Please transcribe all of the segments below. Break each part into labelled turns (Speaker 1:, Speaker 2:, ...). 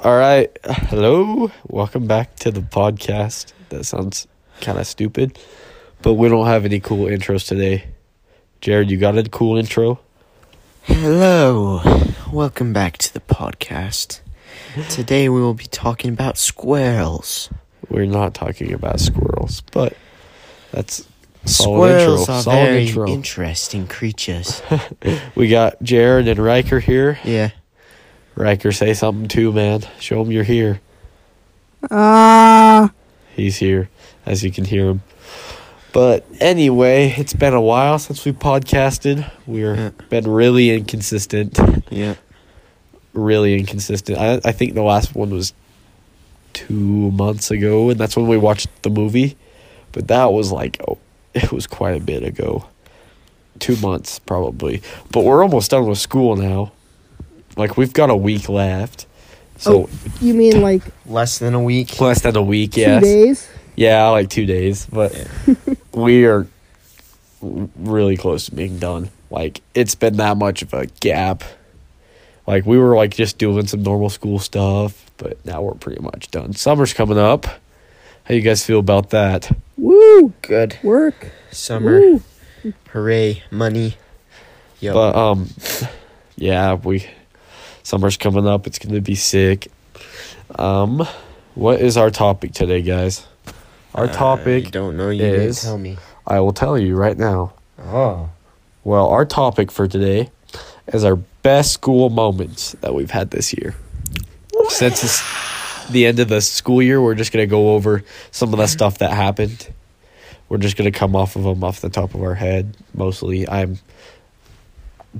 Speaker 1: All right. Hello. Welcome back to the podcast. That sounds kind of stupid, but we don't have any cool intros today. Jared, you got a cool intro?
Speaker 2: Hello, welcome back to the podcast. Today we will be talking about squirrels.
Speaker 1: We're not talking about squirrels, but that's solid intro.
Speaker 2: Squirrels are
Speaker 1: Solid
Speaker 2: very
Speaker 1: intro.
Speaker 2: interesting creatures.
Speaker 1: We got Jared and Riker here.
Speaker 2: yeah.
Speaker 1: Riker, say something too, man. Show him you're here.
Speaker 3: Ah,
Speaker 1: He's here, as you can hear him. But anyway, it's been a while since we podcasted. We're
Speaker 2: Yeah.
Speaker 1: been really inconsistent.
Speaker 2: Yeah.
Speaker 1: really inconsistent. I I think the last one was two months ago, and that's when we watched the movie. But that was like oh, it was quite a bit ago, two months probably. But we're almost done with school now. Like we've got a week left, so
Speaker 3: you mean like
Speaker 2: Less than a week.
Speaker 1: less than a week.
Speaker 3: two
Speaker 1: Yes,
Speaker 3: days?
Speaker 1: yeah, like two days, but we are really close to being done. Like it's been that much of a gap. Like we were like just doing some normal school stuff, but now we're pretty much done. Summer's coming up. How you guys feel about that?
Speaker 3: Woo!
Speaker 2: Good.
Speaker 3: Work.
Speaker 2: Summer.
Speaker 3: Woo!
Speaker 2: Hooray. Money. Yo.
Speaker 1: But um, yeah, we summer's coming up. It's gonna be sick. Um, what is our topic today, guys? Our
Speaker 2: I
Speaker 1: topic,
Speaker 2: don't know. Uh, You didn't
Speaker 1: is- Ah.
Speaker 2: tell me.
Speaker 1: I will tell you right now.
Speaker 2: Oh.
Speaker 1: Well, our topic for today is our best school moments that we've had this year. Since it's the end of the school year, we're just going to go over some of the stuff that happened. We're just going to come off of them off the top of our head mostly. I'm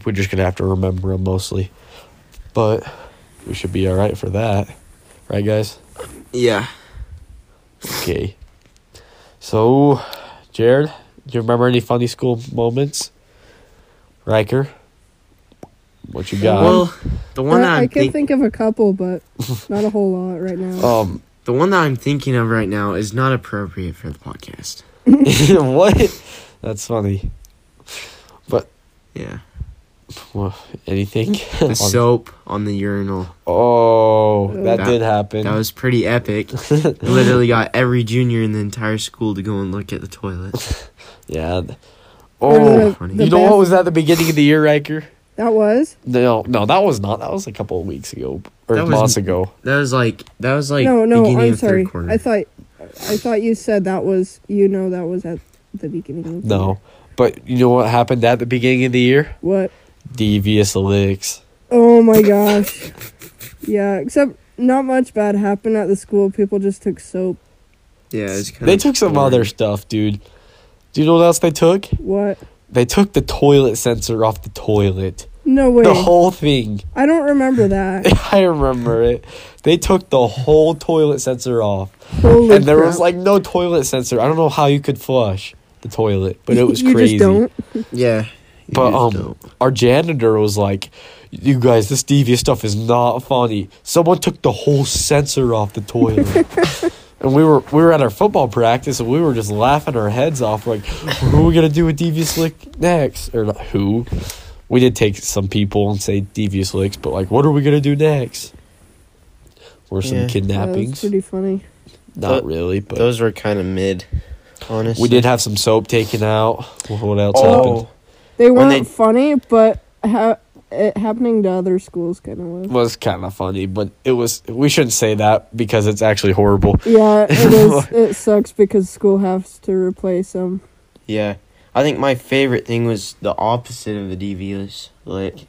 Speaker 1: we're just going to have to remember them mostly. But we should be all right for that. Right, guys?
Speaker 2: Yeah.
Speaker 1: Okay. So, Jared, do you remember any funny school moments? Riker, what you got?
Speaker 2: Well, the one that
Speaker 3: I, I
Speaker 2: I'm
Speaker 3: can
Speaker 2: think-
Speaker 3: think of a couple, but not a whole lot right now.
Speaker 1: um,
Speaker 2: the one that I'm thinking of right now is not appropriate for the podcast.
Speaker 1: what? That's funny. But
Speaker 2: Yeah.
Speaker 1: well, anything?
Speaker 2: The soap on the urinal.
Speaker 1: oh, that,
Speaker 2: That-
Speaker 1: did happen.
Speaker 2: That was pretty epic. Literally got every junior in the entire school to go and look at the toilet.
Speaker 1: yeah. th-
Speaker 3: Or
Speaker 1: Oh,
Speaker 3: the-
Speaker 1: you
Speaker 3: the
Speaker 1: know what
Speaker 3: best-
Speaker 1: was at the beginning of the year, Riker?
Speaker 3: That was
Speaker 1: No, no, that was not. That was a couple of weeks ago or
Speaker 2: That was-
Speaker 1: months ago.
Speaker 2: That was like that was like
Speaker 3: no, no.
Speaker 2: beginning
Speaker 3: I'm
Speaker 2: of
Speaker 3: sorry.
Speaker 2: third quarter.
Speaker 3: I thought I thought you said that was you know that was at the beginning. Of the
Speaker 1: No,
Speaker 3: year.
Speaker 1: but you know what happened at the beginning of the year?
Speaker 3: What?
Speaker 1: Devious licks.
Speaker 3: Oh my gosh. yeah. Except not much bad happened at the school. People just took soap.
Speaker 2: yeah, it was kind
Speaker 1: They
Speaker 2: of
Speaker 1: took some
Speaker 2: boring.
Speaker 1: other stuff, dude. Do you know what else they took?
Speaker 3: What?
Speaker 1: They took the toilet sensor off the toilet.
Speaker 3: No way.
Speaker 1: The whole thing.
Speaker 3: I don't remember that.
Speaker 1: I remember it. They took the whole toilet sensor off.
Speaker 3: Holy
Speaker 1: and there was
Speaker 3: crap.
Speaker 1: like no toilet sensor. I don't know how you could flush the toilet, but it was
Speaker 3: you
Speaker 1: crazy.
Speaker 3: just don't.
Speaker 2: Yeah. you
Speaker 1: But um,
Speaker 2: just don't.
Speaker 1: our janitor was like, "You guys, this devious stuff is not funny. Someone took the whole sensor off the toilet." And we were we were at our football practice and we were just laughing our heads off like who are we gonna do with devious lick next or not who we did take some people and say devious licks but like what are we gonna do next or some
Speaker 2: Yeah. Yeah, that's
Speaker 3: Yeah, that's
Speaker 1: kidnappings
Speaker 3: pretty funny.
Speaker 1: not
Speaker 2: But
Speaker 1: really but
Speaker 2: those were kind of mid. Honestly,
Speaker 1: we did have some soap taken out what else happened
Speaker 2: Oh,
Speaker 3: They
Speaker 2: When they-
Speaker 3: weren't funny, but ha- it happening to other schools kind of was.
Speaker 1: was kind of funny, but it was. We shouldn't say that because it's actually horrible.
Speaker 3: Yeah, it is. it sucks because school has to replace them.
Speaker 2: yeah. I think my favorite thing was the opposite of the devious lick.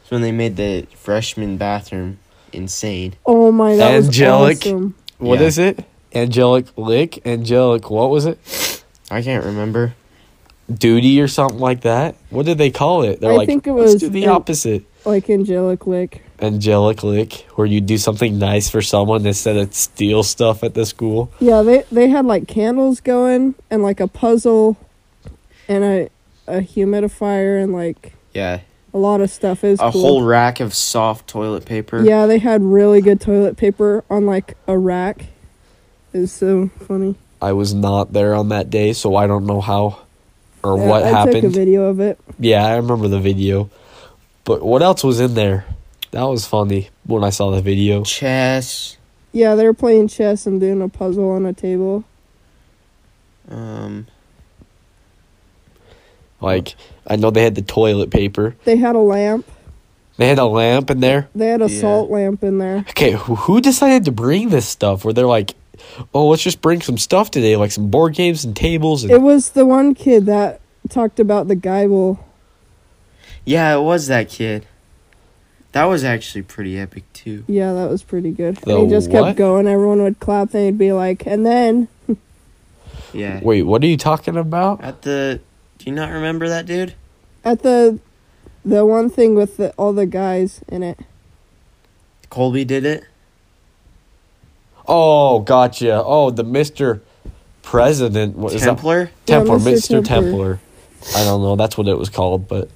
Speaker 2: It's when they made the freshman bathroom insane.
Speaker 3: Oh my, that
Speaker 1: Angelic.
Speaker 3: was awesome.
Speaker 1: What
Speaker 2: Yeah.
Speaker 1: is it? Angelic lick, angelic. What was it?
Speaker 2: I can't remember.
Speaker 1: Duty or something like that. What did they call it? They're
Speaker 3: I
Speaker 1: like,
Speaker 3: think it
Speaker 1: let's
Speaker 3: was
Speaker 1: do the
Speaker 3: an-
Speaker 1: opposite.
Speaker 3: Like angelic lick.
Speaker 1: Angelic lick, where you do something nice for someone instead of steal stuff at the school.
Speaker 3: Yeah, they they had like candles going and like a puzzle, and a a humidifier and like
Speaker 2: Yeah,
Speaker 3: a lot of stuff. Is
Speaker 2: a
Speaker 3: cool.
Speaker 2: whole rack of soft toilet paper.
Speaker 3: Yeah, they had really good toilet paper on like a rack. It was so funny.
Speaker 1: I was not there on that day, so I don't know how or
Speaker 3: Yeah,
Speaker 1: what
Speaker 3: I
Speaker 1: happened.
Speaker 3: took a video of it.
Speaker 1: Yeah, I remember the video. But what else was in there? That was funny. when I saw the video.
Speaker 2: chess.
Speaker 3: Yeah, they were playing chess and doing a puzzle on a table.
Speaker 2: Um,
Speaker 1: Like I know they had the toilet paper.
Speaker 3: They had a lamp.
Speaker 1: They had a lamp in there.
Speaker 3: They had a
Speaker 2: Yeah.
Speaker 3: salt lamp in there.
Speaker 1: Okay, who, who decided to bring this stuff? Where they're like, "Oh, let's just bring some stuff today, like some board games and tables." And
Speaker 3: It was the one kid that talked about the Geibel.
Speaker 2: yeah, it was that kid. That was actually pretty epic too.
Speaker 3: Yeah, that was pretty good.
Speaker 1: The
Speaker 3: and he just
Speaker 1: what?
Speaker 3: kept going. Everyone would clap. Then he'd be like, and then
Speaker 2: Yeah.
Speaker 1: wait, what are you talking about?
Speaker 2: At the, do you not remember that dude?
Speaker 3: at the the one thing with the, all the guys in it.
Speaker 2: Colby did it.
Speaker 1: Oh, gotcha. Oh, the Mister President what is that?
Speaker 2: Templar.
Speaker 1: Templar,
Speaker 3: Yeah, Mr.
Speaker 1: Mister Templar.
Speaker 3: Templar.
Speaker 1: I don't know. That's what it was called, but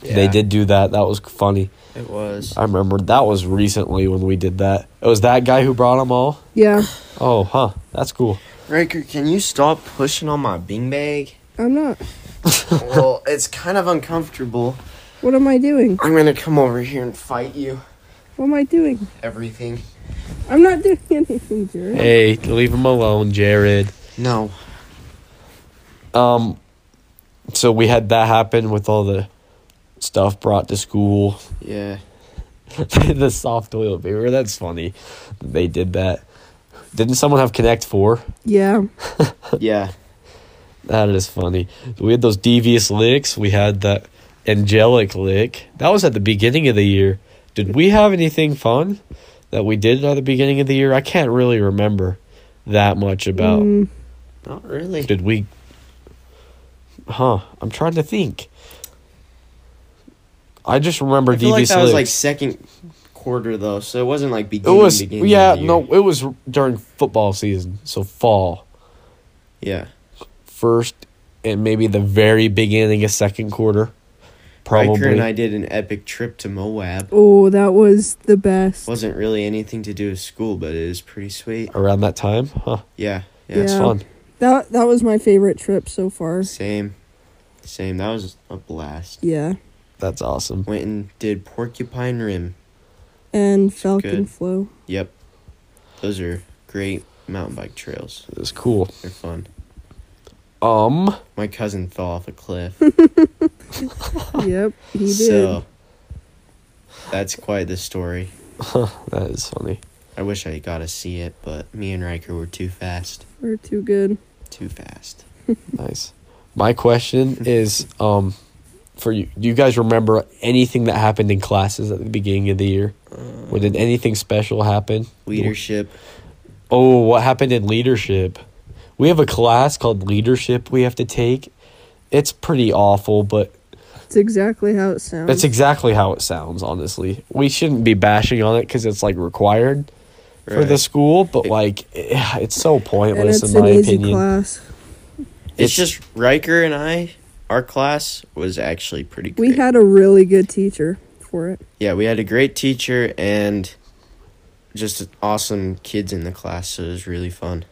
Speaker 1: they
Speaker 2: Yeah.
Speaker 1: did do that. That was funny.
Speaker 2: It was.
Speaker 1: I remember that was recently when we did that. It was that guy who brought them all.
Speaker 3: Yeah,
Speaker 1: Oh, huh. That's cool.
Speaker 2: Riker, can you stop pushing on my bing bag?
Speaker 3: I'm not.
Speaker 2: well, it's kind of uncomfortable.
Speaker 3: What am I doing?
Speaker 2: I'm gonna come over here and fight you.
Speaker 3: What am I doing?
Speaker 2: Everything.
Speaker 3: I'm not doing anything, Jared.
Speaker 1: Hey, leave him alone, Jared.
Speaker 2: No.
Speaker 1: Um, so we had that happen with all the stuff brought to school.
Speaker 2: Yeah.
Speaker 1: the soft toilet paper. That's funny. They did that. Didn't someone have Connect Four?
Speaker 3: Yeah,
Speaker 2: Yeah.
Speaker 1: That is funny. We had those devious licks. We had that angelic lick. That was at the beginning of the year. Did we have anything fun that we did at the beginning of the year? I can't really remember that much about.
Speaker 3: Mm,
Speaker 2: Not really.
Speaker 1: Did we? Huh. I'm trying to think. I just remember
Speaker 2: I feel like
Speaker 1: devious
Speaker 2: that was like
Speaker 1: licks.
Speaker 2: second quarter though, so it wasn't like
Speaker 1: it
Speaker 2: beginning.
Speaker 1: was
Speaker 2: beginning
Speaker 1: yeah
Speaker 2: of the year.
Speaker 1: no it was during football season so fall
Speaker 2: Yeah.
Speaker 1: first and maybe the very beginning of second quarter
Speaker 2: Probably.
Speaker 1: probably
Speaker 2: Riker and I did an epic trip to Moab.
Speaker 3: Oh, that was the best.
Speaker 2: Wasn't really anything to do with school, but it is pretty sweet.
Speaker 1: around that time. Huh.
Speaker 2: Yeah. Yeah.
Speaker 1: That's
Speaker 3: Yeah.
Speaker 1: fun.
Speaker 3: That that was my favorite trip so far.
Speaker 2: Same. Same. That was a blast.
Speaker 3: Yeah,
Speaker 1: That's awesome.
Speaker 2: Went and did Porcupine Rim.
Speaker 3: and Falcon
Speaker 2: good.
Speaker 3: Flow.
Speaker 2: Yep. Those are great mountain bike trails.
Speaker 1: It was cool.
Speaker 2: They're fun.
Speaker 1: Um
Speaker 2: My cousin fell off a cliff.
Speaker 3: yep, he did.
Speaker 2: so that's quite the story.
Speaker 1: that is funny.
Speaker 2: I wish I got to see it, but me and Riker were too fast.
Speaker 3: We're too good.
Speaker 2: Too fast.
Speaker 1: Nice. My question is um for you do you guys remember anything that happened in classes at the beginning of the year? Or did anything special happen?
Speaker 2: Leadership.
Speaker 1: Oh, what happened in leadership? We have a class called leadership we have to take. It's pretty awful, but
Speaker 3: It's exactly how it sounds.
Speaker 1: That's exactly how it sounds, honestly. We shouldn't be bashing on it because it's like required for
Speaker 2: Right.
Speaker 1: the school, but like eh, it's so
Speaker 3: and
Speaker 1: pointless
Speaker 3: it's
Speaker 1: in
Speaker 3: an
Speaker 1: my
Speaker 3: easy
Speaker 1: opinion.
Speaker 3: class.
Speaker 2: It's,
Speaker 1: It's-
Speaker 2: just Riker and I. Our class was actually pretty good.
Speaker 3: We had a really good teacher for it.
Speaker 2: yeah, we had a great teacher and just awesome kids in the class. So it was really fun.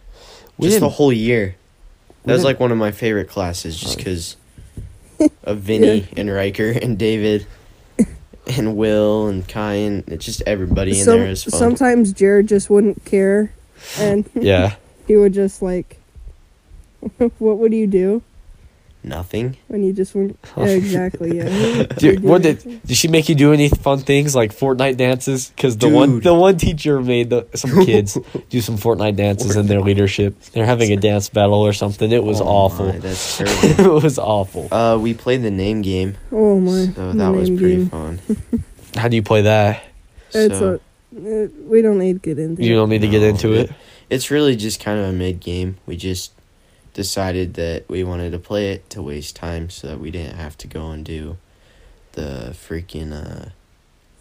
Speaker 1: We
Speaker 2: just the
Speaker 1: didn't-
Speaker 2: whole year.
Speaker 1: we
Speaker 2: That was
Speaker 1: didn't-
Speaker 2: like one of my favorite classes, just because of Vinny and Riker and David and Will and Kai and it's just everybody in there
Speaker 3: Some,
Speaker 2: is fun.
Speaker 3: sometimes Jared just wouldn't care, and
Speaker 1: Yeah,
Speaker 3: he would just like, "What would you do
Speaker 2: Nothing.
Speaker 3: when you just wouldn't?" Yeah, exactly. Yeah.
Speaker 1: Dude, what did did she make you do any fun things like Fortnite dances? Because the one
Speaker 2: Dude.
Speaker 1: the one teacher made the, some kids do some Fortnite dances in their leadership. They're having a dance battle or something. It was
Speaker 2: Oh
Speaker 1: awful.
Speaker 2: my, that's
Speaker 1: it
Speaker 2: terrible.
Speaker 1: was awful.
Speaker 2: uh, we played the name game,
Speaker 3: Oh my!
Speaker 2: so
Speaker 3: the
Speaker 2: that was
Speaker 3: name
Speaker 2: pretty
Speaker 3: game.
Speaker 2: fun.
Speaker 1: How do you play that?
Speaker 3: It's
Speaker 2: so.
Speaker 3: a. it- we don't need to get into.
Speaker 1: You
Speaker 3: it.
Speaker 1: don't need to get
Speaker 2: No,
Speaker 1: into it.
Speaker 2: It's really just kind of a mid game. We just decided that we wanted to play it to waste time so that we didn't have to go and do the freaking uh,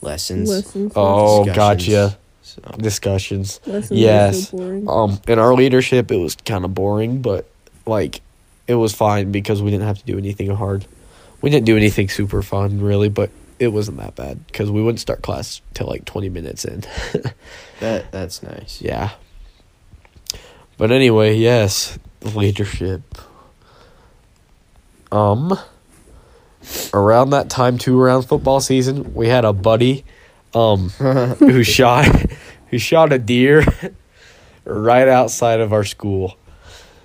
Speaker 2: lessons.
Speaker 3: lessons.
Speaker 1: Oh,
Speaker 2: Discussions.
Speaker 1: gotcha.
Speaker 2: So,
Speaker 1: Discussions.
Speaker 3: lessons Are
Speaker 1: yes.
Speaker 3: so boring.
Speaker 1: um in our leadership it was kind of boring but like it was fine because we didn't have to do anything hard we didn't do anything super fun really but it wasn't that bad because we wouldn't start class till like 20 minutes in
Speaker 2: that that's nice.
Speaker 1: yeah but anyway yes leadership um around that time too around football season we had a buddy um, who shot who shot a deer right outside of our school.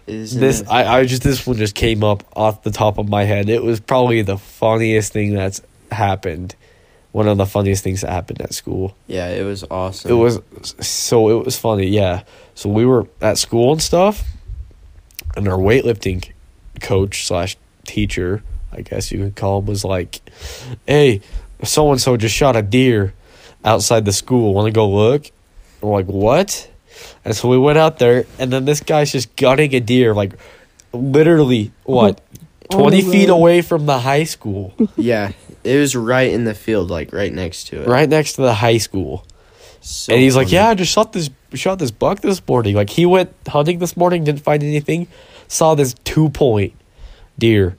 Speaker 2: Isn't
Speaker 1: This
Speaker 2: it?
Speaker 1: I, I just this one just came up off the top of my head. It was probably the funniest thing that's happened. One of the funniest things that happened at school.
Speaker 2: yeah, it was awesome.
Speaker 1: It was so it was funny, yeah. So we were at school and stuff, and our weightlifting coach slash teacher, I guess you could call him, was like, "Hey, so and so just shot a deer outside the school. Want to go look?" And we're like, "What?" And so we went out there, and then this guy's just gutting a deer, like literally what
Speaker 3: On the
Speaker 1: twenty feet
Speaker 3: road.
Speaker 1: away from the high school.
Speaker 2: yeah, it was right in the field, like right next to it.
Speaker 1: right next to the high school.
Speaker 2: So
Speaker 1: and he's like,
Speaker 2: funny.
Speaker 1: "Yeah, I just shot this shot this buck this morning. Like he went hunting this morning, didn't find anything. Saw this two point deer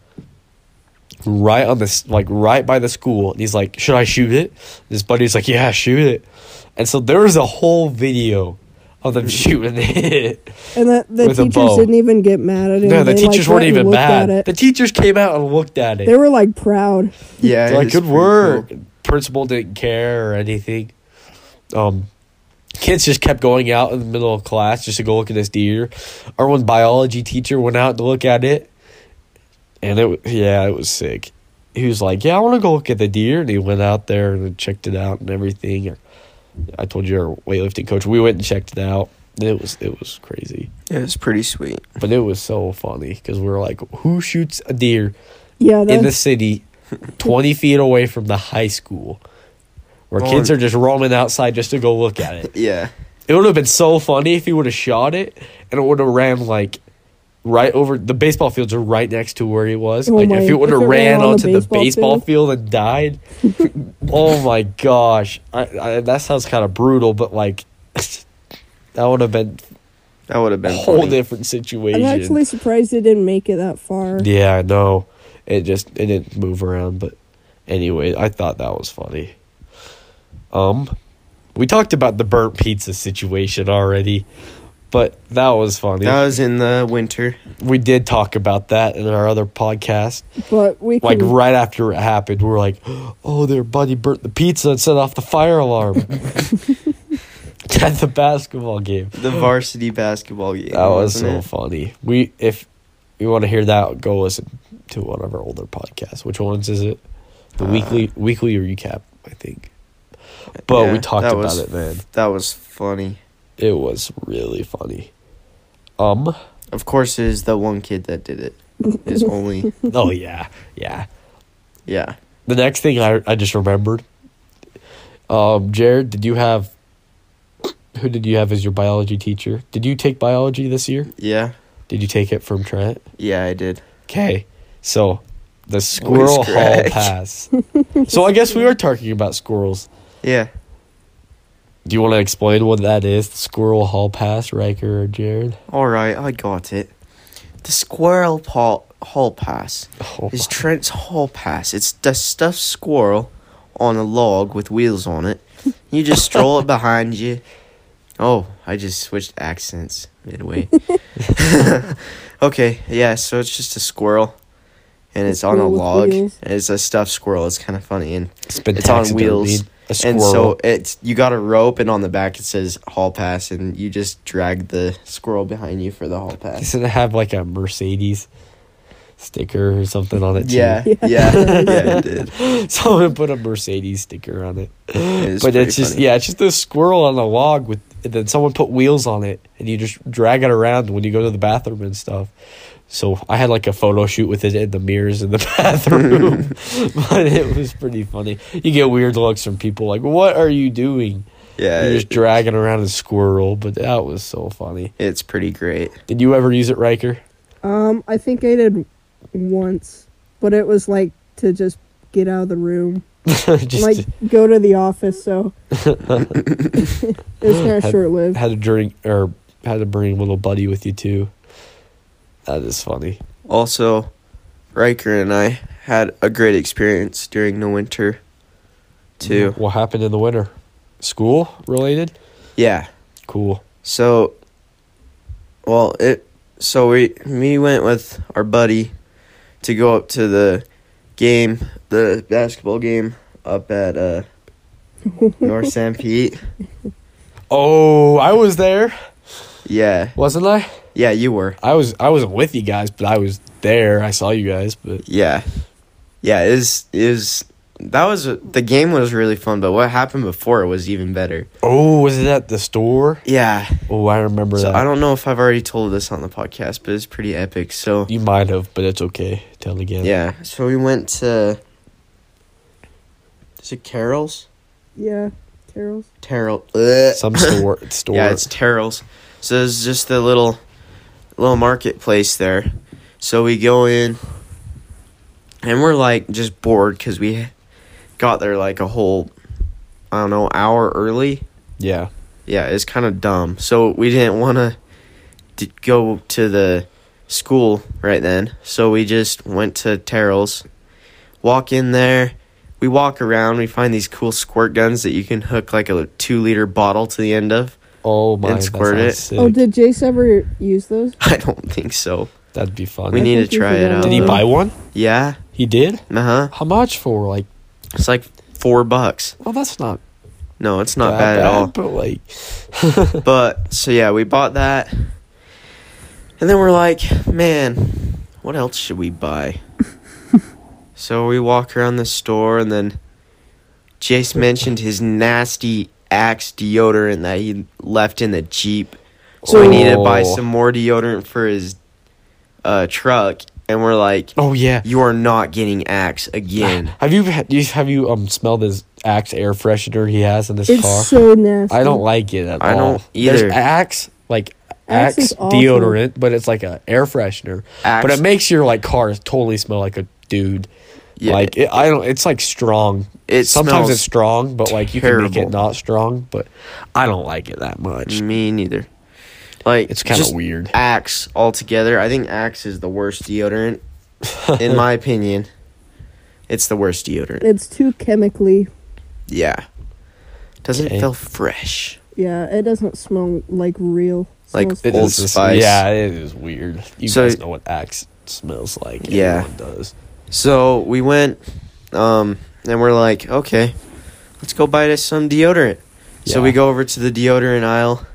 Speaker 1: right on this like right by the school. And he's like, "Should I shoot it?" And his buddy's like, "Yeah, shoot it." And so there was a whole video of them shooting it.
Speaker 3: And that the
Speaker 1: With a
Speaker 3: teachers
Speaker 1: bow.
Speaker 3: didn't even get mad at him.
Speaker 1: no, the
Speaker 3: They, like,
Speaker 1: teachers
Speaker 3: went
Speaker 1: weren't
Speaker 3: and
Speaker 1: even
Speaker 3: looked at
Speaker 1: mad.
Speaker 3: it.
Speaker 1: The teachers came out and looked at it.
Speaker 3: They were like proud.
Speaker 2: Yeah,
Speaker 1: They're
Speaker 2: it
Speaker 1: like
Speaker 2: was
Speaker 1: good
Speaker 2: pretty
Speaker 1: work.
Speaker 2: cool.
Speaker 1: Principal didn't care or anything. Um, kids just kept going out in the middle of class just to go look at this deer. Our one biology teacher went out to look at it, and it wa- yeah, it was sick. He was like, "Yeah, I want to go look at the deer," and he went out there and checked it out and everything. I told you our weightlifting coach. We went and checked it out. It was it was crazy,
Speaker 2: It was pretty sweet.
Speaker 1: but it was so funny because we were like, "Who shoots a deer
Speaker 3: Yeah,
Speaker 1: in the
Speaker 3: that's
Speaker 1: city, 20 feet away from the high school, where
Speaker 2: Oh.
Speaker 1: kids are just roaming outside just to go look at it.
Speaker 2: Yeah,
Speaker 1: It would have been so funny if he would have shot it and it would have ran like right over the baseball fields are right next to where he was.
Speaker 3: Oh
Speaker 1: like
Speaker 3: my-
Speaker 1: if he would have
Speaker 3: if it
Speaker 1: ran
Speaker 3: ran on the
Speaker 1: onto the baseball,
Speaker 3: baseball
Speaker 1: field. and died. oh my gosh. I, I, that sounds kind of brutal, but like that would have been
Speaker 2: that would have
Speaker 1: a
Speaker 2: been
Speaker 1: whole
Speaker 2: funny.
Speaker 1: different situation.
Speaker 3: I'm actually surprised they didn't make it that far.
Speaker 1: Yeah, I know. It just it didn't move around, but anyway, I thought that was funny. Um, we talked about the burnt pizza situation already, but that was funny.
Speaker 2: That was in the winter.
Speaker 1: we did talk about that in our other podcast.
Speaker 3: But we
Speaker 1: Like
Speaker 3: can
Speaker 1: right after it happened, we were like, "Oh, their buddy burnt the pizza and set off the fire alarm at the basketball game."
Speaker 2: The varsity basketball game.
Speaker 1: That was
Speaker 2: wasn't
Speaker 1: so
Speaker 2: it?
Speaker 1: funny. We if you want to hear that, go listen to one of our older podcasts. Which ones is it? The
Speaker 2: Uh,
Speaker 1: weekly weekly recap, I think. But we
Speaker 2: Yeah,
Speaker 1: talked
Speaker 2: that
Speaker 1: about
Speaker 2: was-
Speaker 1: it, man.
Speaker 2: That was funny.
Speaker 1: It was really funny. Um.
Speaker 2: Of course, it is the one kid that did it. Is only
Speaker 1: Oh yeah, yeah.
Speaker 2: yeah.
Speaker 1: The next thing I I just remembered. Um, Jared, did you have? Who did you have as your biology teacher? Did you take biology this year?
Speaker 2: Yeah.
Speaker 1: Did you take it from Trent?
Speaker 2: Yeah, I did.
Speaker 1: Okay, so the squirrel hall
Speaker 2: scratch.
Speaker 1: pass. so I guess we are talking about squirrels.
Speaker 2: Yeah.
Speaker 1: Do you want to explain what that is? The squirrel hall pass, Riker or Jared?
Speaker 2: All right, I got it. The squirrel paw, hall pass
Speaker 1: Oh,
Speaker 2: is Trent's hall pass. It's the stuffed squirrel on a log with wheels on it. You just stroll it behind you. Oh, I just switched accents midway. okay, yeah, so it's just a squirrel. And it's on a
Speaker 3: Squirrel with
Speaker 2: log.
Speaker 3: wheels.
Speaker 2: And it's a stuffed squirrel. It's kind of funny. And
Speaker 1: it's been
Speaker 2: it's on
Speaker 1: taxidermied.
Speaker 2: wheels,
Speaker 1: A squirrel.
Speaker 2: And so it's you got a rope, and on the back it says hall pass, and you just drag the squirrel behind you for the hall pass.
Speaker 1: doesn't it have like a Mercedes sticker or something on it? too?
Speaker 2: Yeah, yeah, yeah, it did.
Speaker 1: Someone put a Mercedes sticker on it.
Speaker 2: It
Speaker 1: but it's just yeah, it's just a squirrel on a log with and then someone put wheels on it and you just drag it around when you go to the bathroom and stuff. So I had like a photo shoot with it in the mirrors in the bathroom. but it was pretty funny. You get weird looks from people like, What are you doing?
Speaker 2: yeah.
Speaker 1: You're
Speaker 2: it-
Speaker 1: just dragging around a squirrel, but that was so funny.
Speaker 2: it's pretty great.
Speaker 1: Did you ever use it, Riker?
Speaker 3: um I think I did once, but it was like to just get out of the room.
Speaker 1: just
Speaker 3: like go to the office, so it was kinda
Speaker 1: Had-
Speaker 3: short lived.
Speaker 1: had to drink or had to bring little buddy with you too. That is funny.
Speaker 2: Also, Riker and I had a great experience during the winter, too.
Speaker 1: What happened in the winter? School related?
Speaker 2: Yeah.
Speaker 1: Cool.
Speaker 2: So, well, it. So we me went with our buddy to go up to the game, the basketball game up at uh North St. Pete.
Speaker 1: Oh, I was there,
Speaker 2: Yeah.
Speaker 1: wasn't I?
Speaker 2: Yeah, you were.
Speaker 1: I was I wasn't with you guys, but I was there. I saw you guys, but
Speaker 2: Yeah. Yeah, it is is that was the game was really fun, but what happened before it was even better.
Speaker 1: oh, was it at the store?
Speaker 2: Yeah.
Speaker 1: Oh, I remember
Speaker 2: So
Speaker 1: that.
Speaker 2: I don't know if I've already told this on the podcast, but it's pretty epic. So
Speaker 1: you might have, but it's okay. Tell again.
Speaker 2: yeah, so we went to Is it Carol's?
Speaker 3: Yeah, Carol's.
Speaker 2: Terrell. Ugh.
Speaker 1: Some store store.
Speaker 2: Yeah, it's Terrell's. So it's just the little little marketplace there. So we go in and we're like just bored cuz we got there like a whole I don't know hour early.
Speaker 1: yeah.
Speaker 2: Yeah, it's kind of dumb. So we didn't want to go to the school right then. So we just went to Terrell's. Walk in there. We walk around. We find these cool squirt guns that you can hook like a two liter bottle to the end of.
Speaker 1: Oh my,
Speaker 2: And
Speaker 1: that
Speaker 2: squirt
Speaker 1: sounds
Speaker 2: it.
Speaker 1: sick.
Speaker 3: Oh, did Jace ever use those?
Speaker 2: I don't think so.
Speaker 1: That'd be fun.
Speaker 2: We need to
Speaker 3: think you
Speaker 2: try it
Speaker 3: forgot
Speaker 2: out.
Speaker 1: Did he
Speaker 3: Uh,
Speaker 1: buy one?
Speaker 2: Yeah.
Speaker 1: He did.
Speaker 2: Uh huh.
Speaker 1: How much for? Like,
Speaker 2: It's like four bucks.
Speaker 1: well, that's not
Speaker 2: No, it's not
Speaker 1: that
Speaker 2: bad, at all.
Speaker 1: But like,
Speaker 2: But so yeah, we bought that, and then we're like, man, what else should we buy? so we walk around the store, and then Jace mentioned his nasty Axe deodorant that he left in the Jeep. So we need to buy
Speaker 1: Oh.
Speaker 2: some more deodorant for his uh, truck, and we're like,
Speaker 1: oh yeah.
Speaker 2: you are not getting Axe again.
Speaker 1: Have you had- you have you um smelled his Axe air freshener he has in his
Speaker 3: It's
Speaker 1: car?
Speaker 3: so nasty.
Speaker 1: I don't like it at
Speaker 2: I
Speaker 1: all.
Speaker 2: don't either.
Speaker 1: There's Axe like Axe
Speaker 3: Axe is awful.
Speaker 1: deodorant, but it's like a air freshener. But
Speaker 2: Axe-
Speaker 1: it makes your like car totally smell like a dude.
Speaker 2: Yeah.
Speaker 1: Like it, I don't. It's like strong.
Speaker 2: It
Speaker 1: sometimes
Speaker 2: smells
Speaker 1: it's strong, but like you can make
Speaker 2: terrible.
Speaker 1: it not strong. But I don't like it that much.
Speaker 2: Me neither. Like
Speaker 1: It's kinda
Speaker 2: just
Speaker 1: weird.
Speaker 2: Axe altogether. I think Axe is the worst deodorant, in my opinion. It's the worst deodorant.
Speaker 3: It's too chemically.
Speaker 2: Yeah, doesn't
Speaker 1: Okay.
Speaker 2: feel fresh.
Speaker 3: Yeah, it doesn't smell like real.
Speaker 2: Like,
Speaker 3: Smells
Speaker 1: It
Speaker 2: Old
Speaker 1: is-
Speaker 2: Spice.
Speaker 1: Yeah, it is weird. You
Speaker 2: So-
Speaker 1: guys know what Axe smells like.
Speaker 2: Yeah.
Speaker 1: Everyone does.
Speaker 2: So we went, um, and we're like, okay, let's go buy us some deodorant. So
Speaker 1: Yeah.
Speaker 2: we go over to the deodorant aisle,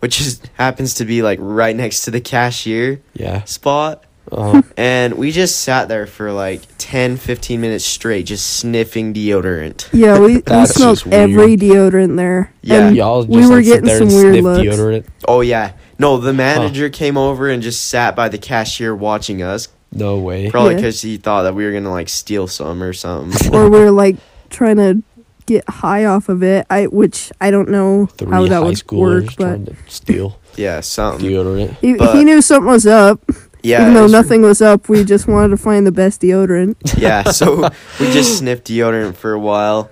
Speaker 2: which is happens to be like right next to the cashier
Speaker 1: Yeah.
Speaker 2: spot.
Speaker 1: Uh,
Speaker 2: And we just sat there for like 10, 15 minutes straight, just sniffing deodorant.
Speaker 3: Yeah, we, we
Speaker 1: That's
Speaker 3: smelled
Speaker 1: just weird.
Speaker 3: every deodorant there.
Speaker 2: Yeah.
Speaker 3: And
Speaker 1: y'all just
Speaker 3: we were
Speaker 1: like, sit
Speaker 3: getting
Speaker 1: there
Speaker 3: some
Speaker 1: and
Speaker 3: weird
Speaker 1: sniff
Speaker 3: looks.
Speaker 1: deodorant.
Speaker 2: Oh yeah. No, the manager came over and just sat by the cashier watching us,
Speaker 1: No way.
Speaker 2: probably
Speaker 3: Yeah.
Speaker 2: because he thought that we were gonna like steal some or something.
Speaker 3: Or we're like trying to get high off of it. I which I don't know
Speaker 1: Three
Speaker 3: how that
Speaker 1: high
Speaker 3: would work,
Speaker 1: schoolers
Speaker 3: but
Speaker 1: trying to steal
Speaker 2: yeah, something.
Speaker 1: deodorant.
Speaker 3: he,
Speaker 2: But-
Speaker 3: he knew something was up.
Speaker 2: Yeah,
Speaker 3: even
Speaker 2: it
Speaker 3: though
Speaker 2: was-
Speaker 3: nothing was up, we just wanted to find the best deodorant.
Speaker 2: Yeah, so we just sniffed deodorant for a while,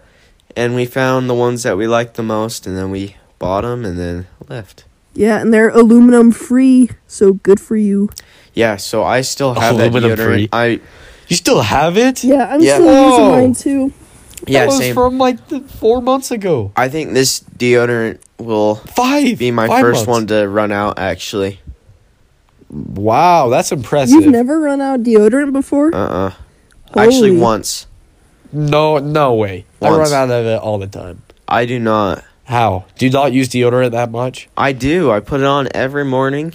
Speaker 2: and we found the ones that we liked the most, and then we bought them and then left.
Speaker 3: Yeah, and they're aluminum free, so good for you.
Speaker 2: Yeah, so I still have
Speaker 1: Aluminum
Speaker 2: that deodorant.
Speaker 1: free.
Speaker 2: I
Speaker 1: You still have it?
Speaker 3: Yeah, I'm
Speaker 2: Yeah.
Speaker 3: still
Speaker 1: Whoa.
Speaker 3: using mine too.
Speaker 2: yeah,
Speaker 1: that was
Speaker 2: same.
Speaker 1: from like the, four months ago.
Speaker 2: I think this deodorant will
Speaker 1: Five.
Speaker 2: be my
Speaker 1: Five
Speaker 2: first one
Speaker 1: months.
Speaker 2: to run out. Actually,
Speaker 1: Wow, that's impressive.
Speaker 3: You've never run out of deodorant before?
Speaker 2: uh, uh actually
Speaker 3: Holy.
Speaker 2: once.
Speaker 1: no, no way.
Speaker 2: Once.
Speaker 1: I run out of it all the time.
Speaker 2: I do not.
Speaker 1: How? Do you not use deodorant that much?
Speaker 2: I do. I put it on every morning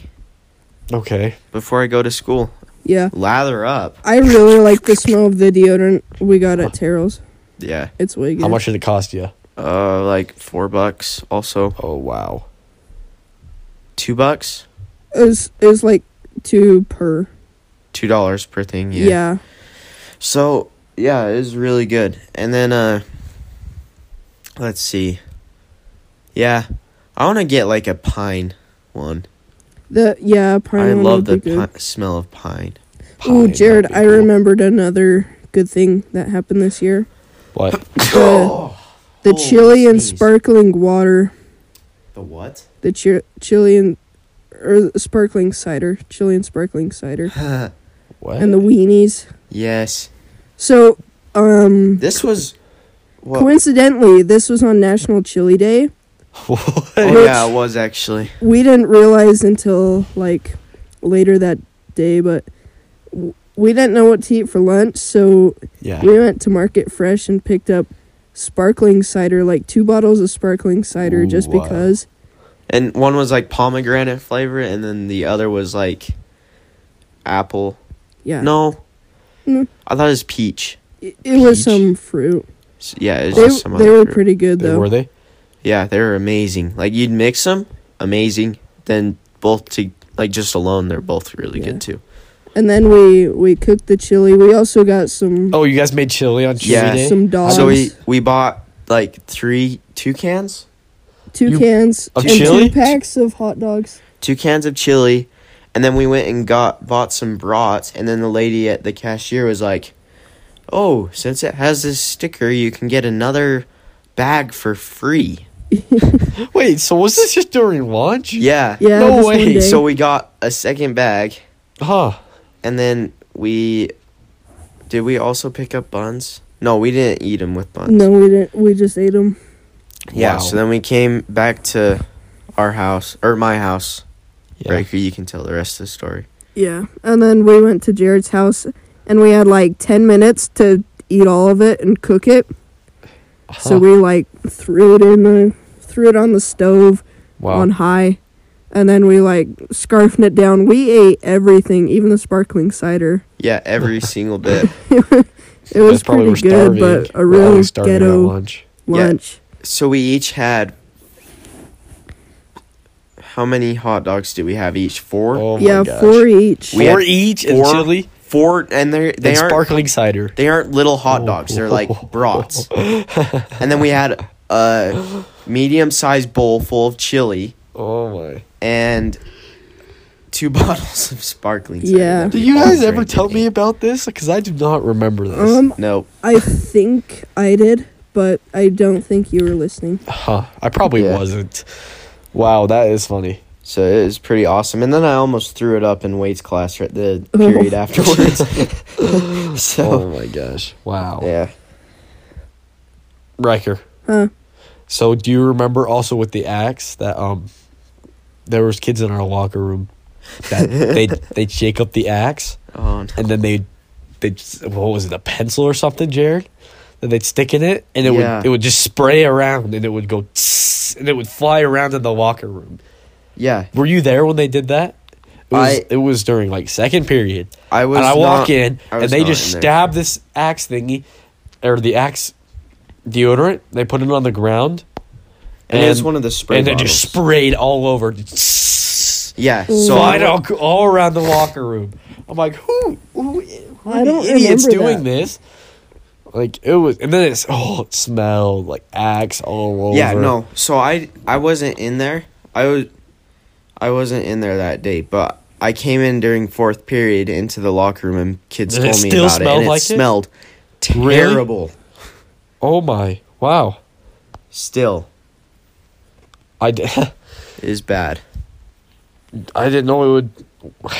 Speaker 1: Okay.
Speaker 2: before I go to school.
Speaker 3: Yeah.
Speaker 2: Lather up.
Speaker 3: I really like the smell of the deodorant we got at Terrell's.
Speaker 2: Yeah.
Speaker 3: It's way good.
Speaker 1: How much did it cost you?
Speaker 2: Uh, like four bucks. Also,
Speaker 1: Oh wow.
Speaker 2: two bucks.
Speaker 3: It was, it was like two per.
Speaker 2: Two dollars per thing.
Speaker 3: Yeah.
Speaker 2: Yeah. So yeah, it was really good. And then uh, let's see. Yeah, I want to get like a pine one.
Speaker 3: The yeah, pine
Speaker 2: I
Speaker 3: one
Speaker 2: love the
Speaker 3: would be good.
Speaker 2: pi- smell of pine.
Speaker 3: Ooh,
Speaker 1: Pine,
Speaker 3: Jared,
Speaker 1: that'd be
Speaker 3: I
Speaker 1: cool.
Speaker 3: remembered another good thing that happened this year.
Speaker 1: What?
Speaker 3: The, the
Speaker 2: holy
Speaker 3: chili and
Speaker 2: sneeze.
Speaker 3: sparkling water.
Speaker 2: The what?
Speaker 3: The chi- chili and or sparkling cider, chili and sparkling cider,
Speaker 1: What?
Speaker 3: and the weenies.
Speaker 2: yes,
Speaker 3: So, um,
Speaker 2: this was. What?
Speaker 3: coincidentally, this was on National Chili Day.
Speaker 1: what?
Speaker 2: oh yeah, it was actually.
Speaker 3: we didn't realize until like later that day, but w- we didn't know what to eat for lunch, so
Speaker 1: Yeah.
Speaker 3: we went to Market Fresh and picked up sparkling cider, like two bottles of sparkling cider,
Speaker 1: Ooh,
Speaker 3: just
Speaker 1: wow.
Speaker 3: because.
Speaker 2: And one was like pomegranate flavor, and then the other was like apple.
Speaker 3: Yeah.
Speaker 2: No,
Speaker 3: Mm.
Speaker 2: I thought it was peach.
Speaker 3: It, it was
Speaker 2: Peach.
Speaker 3: some fruit.
Speaker 2: S- yeah, it was
Speaker 3: They,
Speaker 2: just some
Speaker 3: they
Speaker 2: other
Speaker 3: were
Speaker 2: fruit.
Speaker 3: pretty good
Speaker 1: They- Were
Speaker 3: though.
Speaker 1: they?
Speaker 2: Yeah, they were amazing. Like you'd mix them, amazing. Then both to like just alone, they're both really
Speaker 3: Yeah.
Speaker 2: good too.
Speaker 3: And then we we cooked the chili. We also got some
Speaker 1: Oh, you guys made chili on chili
Speaker 2: Yeah.
Speaker 1: day.
Speaker 3: some dogs,
Speaker 2: So we we bought like three two cans,
Speaker 3: two
Speaker 1: you-
Speaker 3: cans,
Speaker 1: of
Speaker 3: and
Speaker 1: chili?
Speaker 3: two packs of hot dogs.
Speaker 2: two cans of chili, and then we went and got bought some brats. And then the lady at the cashier was like, "Oh, since it has this sticker, you can get another bag for free."
Speaker 1: Wait, so was this just during lunch?
Speaker 2: Yeah.
Speaker 3: Yeah,
Speaker 1: No
Speaker 3: this
Speaker 1: way.
Speaker 3: One day.
Speaker 2: So we got a second bag,
Speaker 1: Huh.
Speaker 2: and then we did. We also pick up buns. No, we didn't eat them with buns.
Speaker 3: no, we didn't. We just ate them.
Speaker 2: Yeah,
Speaker 1: Wow.
Speaker 2: so then we came back to our house or my house.
Speaker 1: Yeah.
Speaker 2: Breaker, you can tell the rest of the story.
Speaker 3: Yeah, and then we went to Jared's house, and we had like ten minutes to eat all of it and cook it. So
Speaker 1: Huh.
Speaker 3: we like threw it in the threw it on the stove
Speaker 1: Wow.
Speaker 3: on high, and then we like scarfed it down. We ate everything, even the sparkling cider.
Speaker 2: Yeah, every single bit.
Speaker 3: It was pretty good, but a real ghetto
Speaker 1: lunch.
Speaker 2: Yeah.
Speaker 3: lunch.
Speaker 2: So we each had how many hot dogs did we have each? Four.
Speaker 1: Oh my
Speaker 3: yeah,
Speaker 1: gosh.
Speaker 3: four each.
Speaker 2: We
Speaker 1: four
Speaker 2: had
Speaker 1: each and
Speaker 2: four-
Speaker 1: chili
Speaker 2: Four, and they're they
Speaker 1: and Oh.
Speaker 2: aren't
Speaker 1: sparkling cider.
Speaker 2: they aren't little hot dogs. They're like brats. and then we had a medium sized bowl full of chili
Speaker 1: Oh my!
Speaker 2: and two bottles of sparkling. cider
Speaker 3: Yeah.
Speaker 2: that
Speaker 1: Do
Speaker 2: we
Speaker 1: you
Speaker 2: all
Speaker 1: guys ever
Speaker 2: drank
Speaker 1: tell
Speaker 2: and
Speaker 1: me
Speaker 2: ate.
Speaker 1: about this? Because I do not remember this.
Speaker 3: Um,
Speaker 2: Nope.
Speaker 3: I think I did, but I don't think you were listening.
Speaker 1: huh? I probably
Speaker 2: Yeah.
Speaker 1: wasn't. Wow, that is funny.
Speaker 2: So it was pretty awesome. And then I almost threw it up in weights class right the period afterwards.
Speaker 1: Oh
Speaker 2: so
Speaker 1: my gosh! Wow.
Speaker 2: yeah.
Speaker 1: Riker.
Speaker 3: Huh.
Speaker 1: So do you remember also with the axe that um there was kids in our locker room that they they'd shake up the axe
Speaker 2: Oh no.
Speaker 1: and then they they just- what was it a pencil or something, Jared? That they'd stick in it and it
Speaker 2: Yeah.
Speaker 1: would it would just spray around and it would go tss, and it would fly around in the locker room.
Speaker 2: Yeah.
Speaker 1: Were you there when they did that? It was,
Speaker 2: I-
Speaker 1: it was during like second period,
Speaker 2: I was
Speaker 1: and I walk
Speaker 2: not-
Speaker 1: in,
Speaker 2: I
Speaker 1: and
Speaker 2: was
Speaker 1: they
Speaker 2: not
Speaker 1: just
Speaker 2: in there.
Speaker 1: stab this axe thingy, or the axe deodorant. They put it on the ground,
Speaker 2: And, it was one of the spray
Speaker 1: and they
Speaker 2: bottles.
Speaker 1: just sprayed all over, so
Speaker 2: yeah.
Speaker 3: Ooh.
Speaker 2: So
Speaker 1: I
Speaker 2: I
Speaker 1: all, all around the locker room. I'm like, who, who, who
Speaker 3: I
Speaker 1: are the
Speaker 3: don't
Speaker 1: idiots
Speaker 3: remember
Speaker 1: doing
Speaker 3: that.
Speaker 1: this? Like it was, and then it's oh, it smelled like axe all over.
Speaker 2: Yeah, no. So I I wasn't in there. I was I wasn't in there that day, but I came in during fourth period into the locker room and kids
Speaker 1: And it
Speaker 2: told me
Speaker 1: still
Speaker 2: about it.
Speaker 1: smelled
Speaker 2: And it
Speaker 1: like it?
Speaker 2: smelled
Speaker 1: Really?
Speaker 2: terrible.
Speaker 1: Oh my, wow,
Speaker 2: Still
Speaker 1: I. d-
Speaker 2: it is bad.
Speaker 1: I didn't know it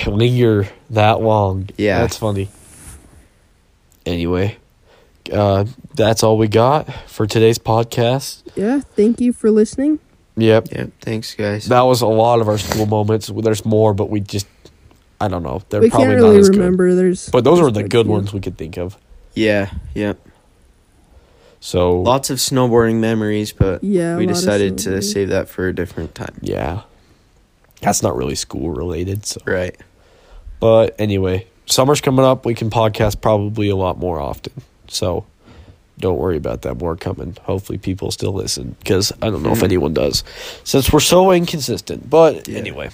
Speaker 1: would linger that long.
Speaker 2: Yeah.
Speaker 1: That's funny. Anyway, uh, that's all we got for today's podcast.
Speaker 3: Yeah, thank you for listening.
Speaker 1: Yep.
Speaker 2: Yeah. Thanks guys.
Speaker 1: That was a lot of our school moments. Well, There's more, but we just, I don't know. They're
Speaker 3: we
Speaker 1: probably
Speaker 3: can't
Speaker 1: not
Speaker 3: really
Speaker 1: as
Speaker 3: remember. There's
Speaker 1: good. But those
Speaker 3: there's
Speaker 1: were the
Speaker 3: quite a
Speaker 1: good
Speaker 3: few.
Speaker 1: ones we could think of.
Speaker 2: yeah. Yeah.
Speaker 1: So,
Speaker 2: Lots of snowboarding memories, but
Speaker 3: Yeah, a
Speaker 2: we
Speaker 3: lot of
Speaker 2: decided to
Speaker 3: snowboarding.
Speaker 2: save that for a different time.
Speaker 1: yeah. That's not really school related. So,
Speaker 2: Right.
Speaker 1: But anyway, summer's coming up. We can podcast probably a lot more often. So don't worry about that. More coming. Hopefully, people still listen because I don't know if
Speaker 2: Mhm.
Speaker 1: anyone does since we're so inconsistent. But
Speaker 2: Yeah.
Speaker 1: anyway,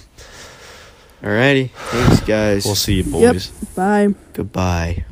Speaker 2: Alrighty. Thanks guys.
Speaker 1: we'll see you, boys.
Speaker 3: Yep. Bye.
Speaker 2: Goodbye.